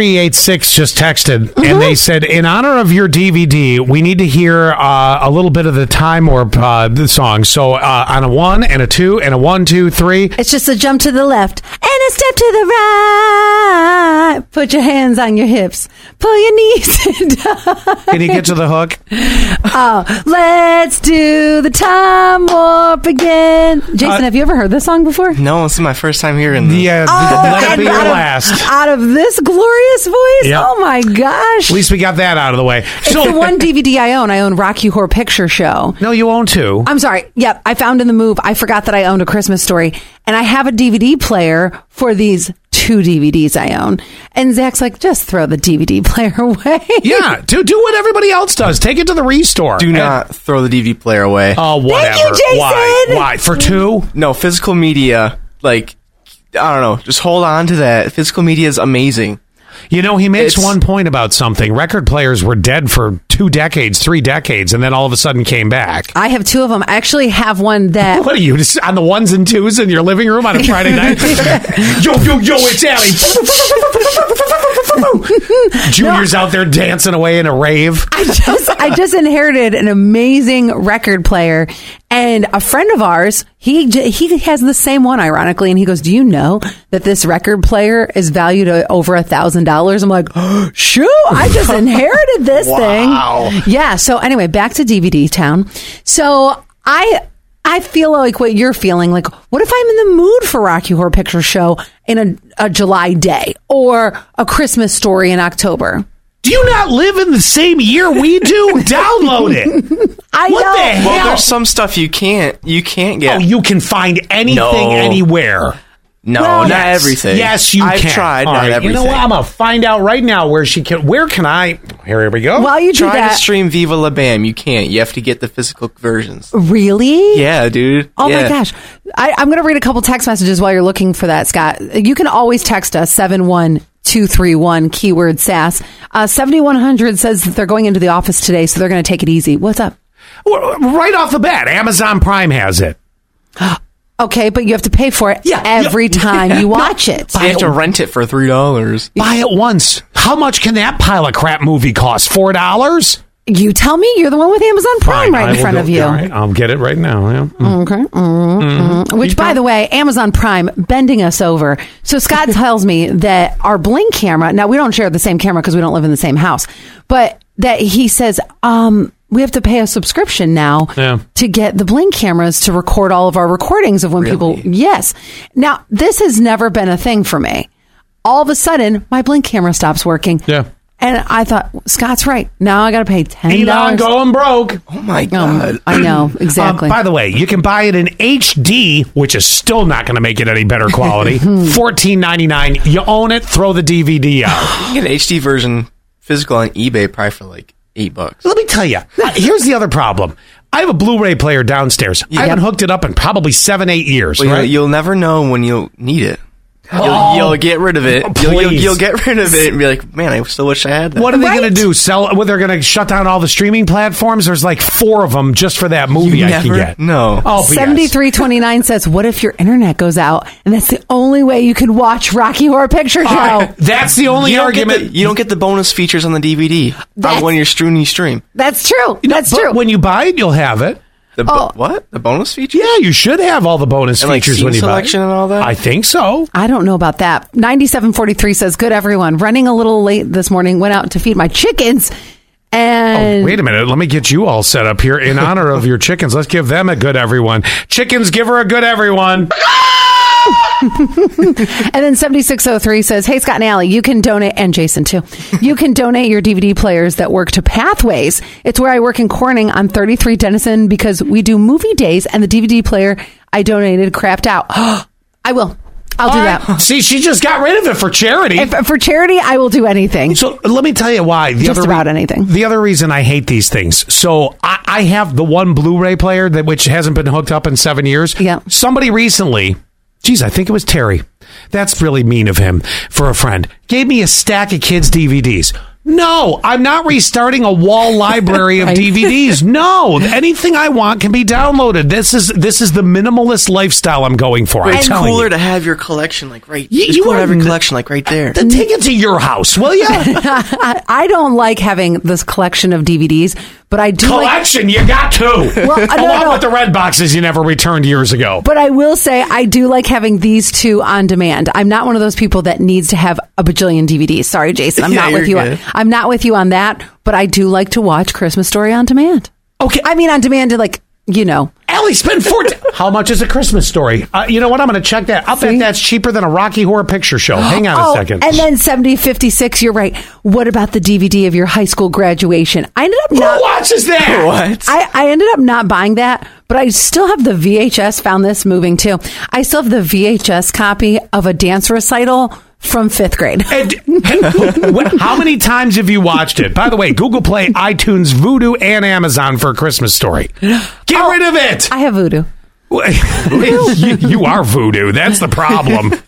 3386 just texted and Mm-hmm. they said, in honor of your DVD, we need to hear uh, a little bit of the Time Warp uh, the song. So uh, on a one and a two and a one, two, three. It's just a jump to the left and a step to the right. Put your hands on your hips. Pull your knees down. Can you get to the hook? Oh, let's do the time warp again. Jason, Uh, have you ever heard this song before? No, this is my first time hearing this. Yeah, let it Oh, and be your out of- last. Out of this glorious voice? Yep. Oh my gosh. At least we got that out of the way. it's So, the one DVD I own. I own Rocky Horror Picture Show. no, you own two. I'm sorry. Yep, I found in the move. I forgot that I owned a Christmas story, and I have a DVD player for these two DVDs I own. And Zach's like, just throw the DVD player away. Yeah, do do what everybody else does. Take it to the restore. Do not throw the DVD player away. Oh, whatever. Thank you, Jason. Why? Why for two? no, physical media, like, I don't know. Just hold on to that. Physical media is amazing. You know, he makes It's- one point about something. Record players were dead for two decades, three decades, and then all of a sudden came back. I have two of them. I actually have one that What are you just on the ones and twos in your living room on a Friday night? yo, yo, yo! It's Allie. Junior's out there dancing away in a rave. I just I just inherited an amazing record player, and a friend of ours he j- he has the same one, ironically, and he goes, "Do you know that this record player is valued at over a thousand dollars?" I'm like, "Shoo! I just inherited this thing." Yeah. So anyway, back to DVD town. So I. I feel like what you're feeling. Like, what if I'm in the mood for Rocky Horror Picture Show in a, a July day or a Christmas story in October? Do you not live in the same year we do? Download it. I What know. the hell? Well, there's some stuff you can't you can't Oh, get. you can find anything No. anywhere. Oh, no, not everything. Yes, you I've can. tried All not right, everything. You know what? I'm gonna find out right now where she can. Where can I? Here we go. While you do Try that, to stream Viva La Bam. You can't. You have to get the physical versions. Really? Yeah, dude. Oh Yeah. my gosh. I, I'm going to read a couple text messages while you're looking for that, Scott. You can always text us 71231 keyword SAS. Uh, 7100 says that they're going into the office today, so they're going to take it easy. What's up? Well, right off the bat, Amazon Prime has it. Okay, but you have to pay for it Yeah, every yeah. time you watch it. You have to rent it for three dollars. Buy it once. How much can that pile of crap movie cost? Four dollars? You tell me you're the one with Amazon Prime right I in will front go- of you. All right, I'll get it right now. yeah. Mm. Okay. Which, by the way, Amazon Prime bending us over. So Scott tells me that our Blink camera. Now we don't share the same camera because we don't live in the same house, but that he says um, we have to pay a subscription now Yeah. to get the Blink cameras to record all of our recordings of when people. Yes. Now this has never been a thing for me. All of a sudden, my Blink camera stops working. Yeah. And I thought Scott's right. Now I got to pay ten Elon dollars. going broke. Oh my Um, god. I know exactly. Um, by the way, you can buy it in HD, which is still not going to make it any better quality. Hmm. Fourteen ninety nine. You own it. Throw the DVD out. You can get an HD version physical on eBay probably for like eight bucks. Let me tell you. Here's the other problem. I have a Blu-ray player downstairs. I haven't hooked it up in probably seven, eight years. But you'll, right? Oh. you'll never know when you'll need it. You'll, you'll get rid of it. You'll, you'll, please. you'll get rid of it and be like, man, I still wish I had that. What are they Right? going to do? Sell? Well, they're going to shut down all the streaming platforms. There's like four of them just for that movie. I can never get. know. Oh, BS. 7329 says, What if your internet goes out and that's the only way you can watch Rocky Horror Picture Show? Uh, that's the only You don't, get the, argument. you don't get the bonus features on the DVD uh, That's- when you're streaming stream. That's true. That's but true. When you buy it, you'll have it. The bo- Oh. what? The bonus feature? Yeah, you should have all the bonus And, like, features scene when you selection buy it. and all that? I think so. I don't know about that. 9743 says, Good everyone. Running a little late this morning, went out to feed my chickens. Oh, And Wait a minute. Let me get you all set up here in honor of your chickens. Let's give them a good everyone. Chickens, give her a good everyone. And then 7603 says, Hey, Scott and Allie, you can donate, and Jason too, you can donate your DVD players that work to Pathways. It's where I work in Corning on 33 Denison because we do movie days, and the DVD player I donated crapped out. I will. I'll do that. See, she just got rid of it for charity. If, for charity, I will do anything. So let me tell you why. The Just other about anything. The other reason I hate these things. So I, I have the one Blu-ray player that which hasn't been hooked up in seven years. Yeah. Somebody recently, geez, I think it was Terry. That's really mean of him for a friend. Gave me a stack of kids' DVDs. No, I'm not restarting a wall library of Right. DVDs. No, anything I want can be downloaded. This is this is the minimalist lifestyle I'm going for. I'm it's telling cooler you. to have your collection like right. You- it's you cooler to have are your n- collection like right there. Then take it to your house, will you? I, I don't like having this collection of DVDs, but I do like Collection, you got two. Well, I don't Along know. with the red boxes you never returned years ago. But I will say I do like having these two on demand. I'm not one of those people that needs to have a bajillion DVDs. Sorry, Jason, I'm Yeah, not with you. you're good. I'm not with you on that. But I do like to watch Christmas Story on demand. Okay. I mean on demand, like you know, Ellie, spend four. How much is a Christmas story? Uh, you know what? I'm going to check that. I'll bet See? that's cheaper than a Rocky Horror Picture Show. Hang on a second. Oh, and then 70, 56, You're right. What about the DVD of your high school graduation? I ended up who not. watches that? what? I, I ended up not buying that, but I still have the VHS. Found this moving too. I still have the VHS copy of a dance recital from fifth grade. And, and what- how many times have you watched it? By the way, Google Play, iTunes, Voodoo, and Amazon for a Christmas story. Get rid of it. Oh, I have voodoo. you, you are voodoo. That's the problem.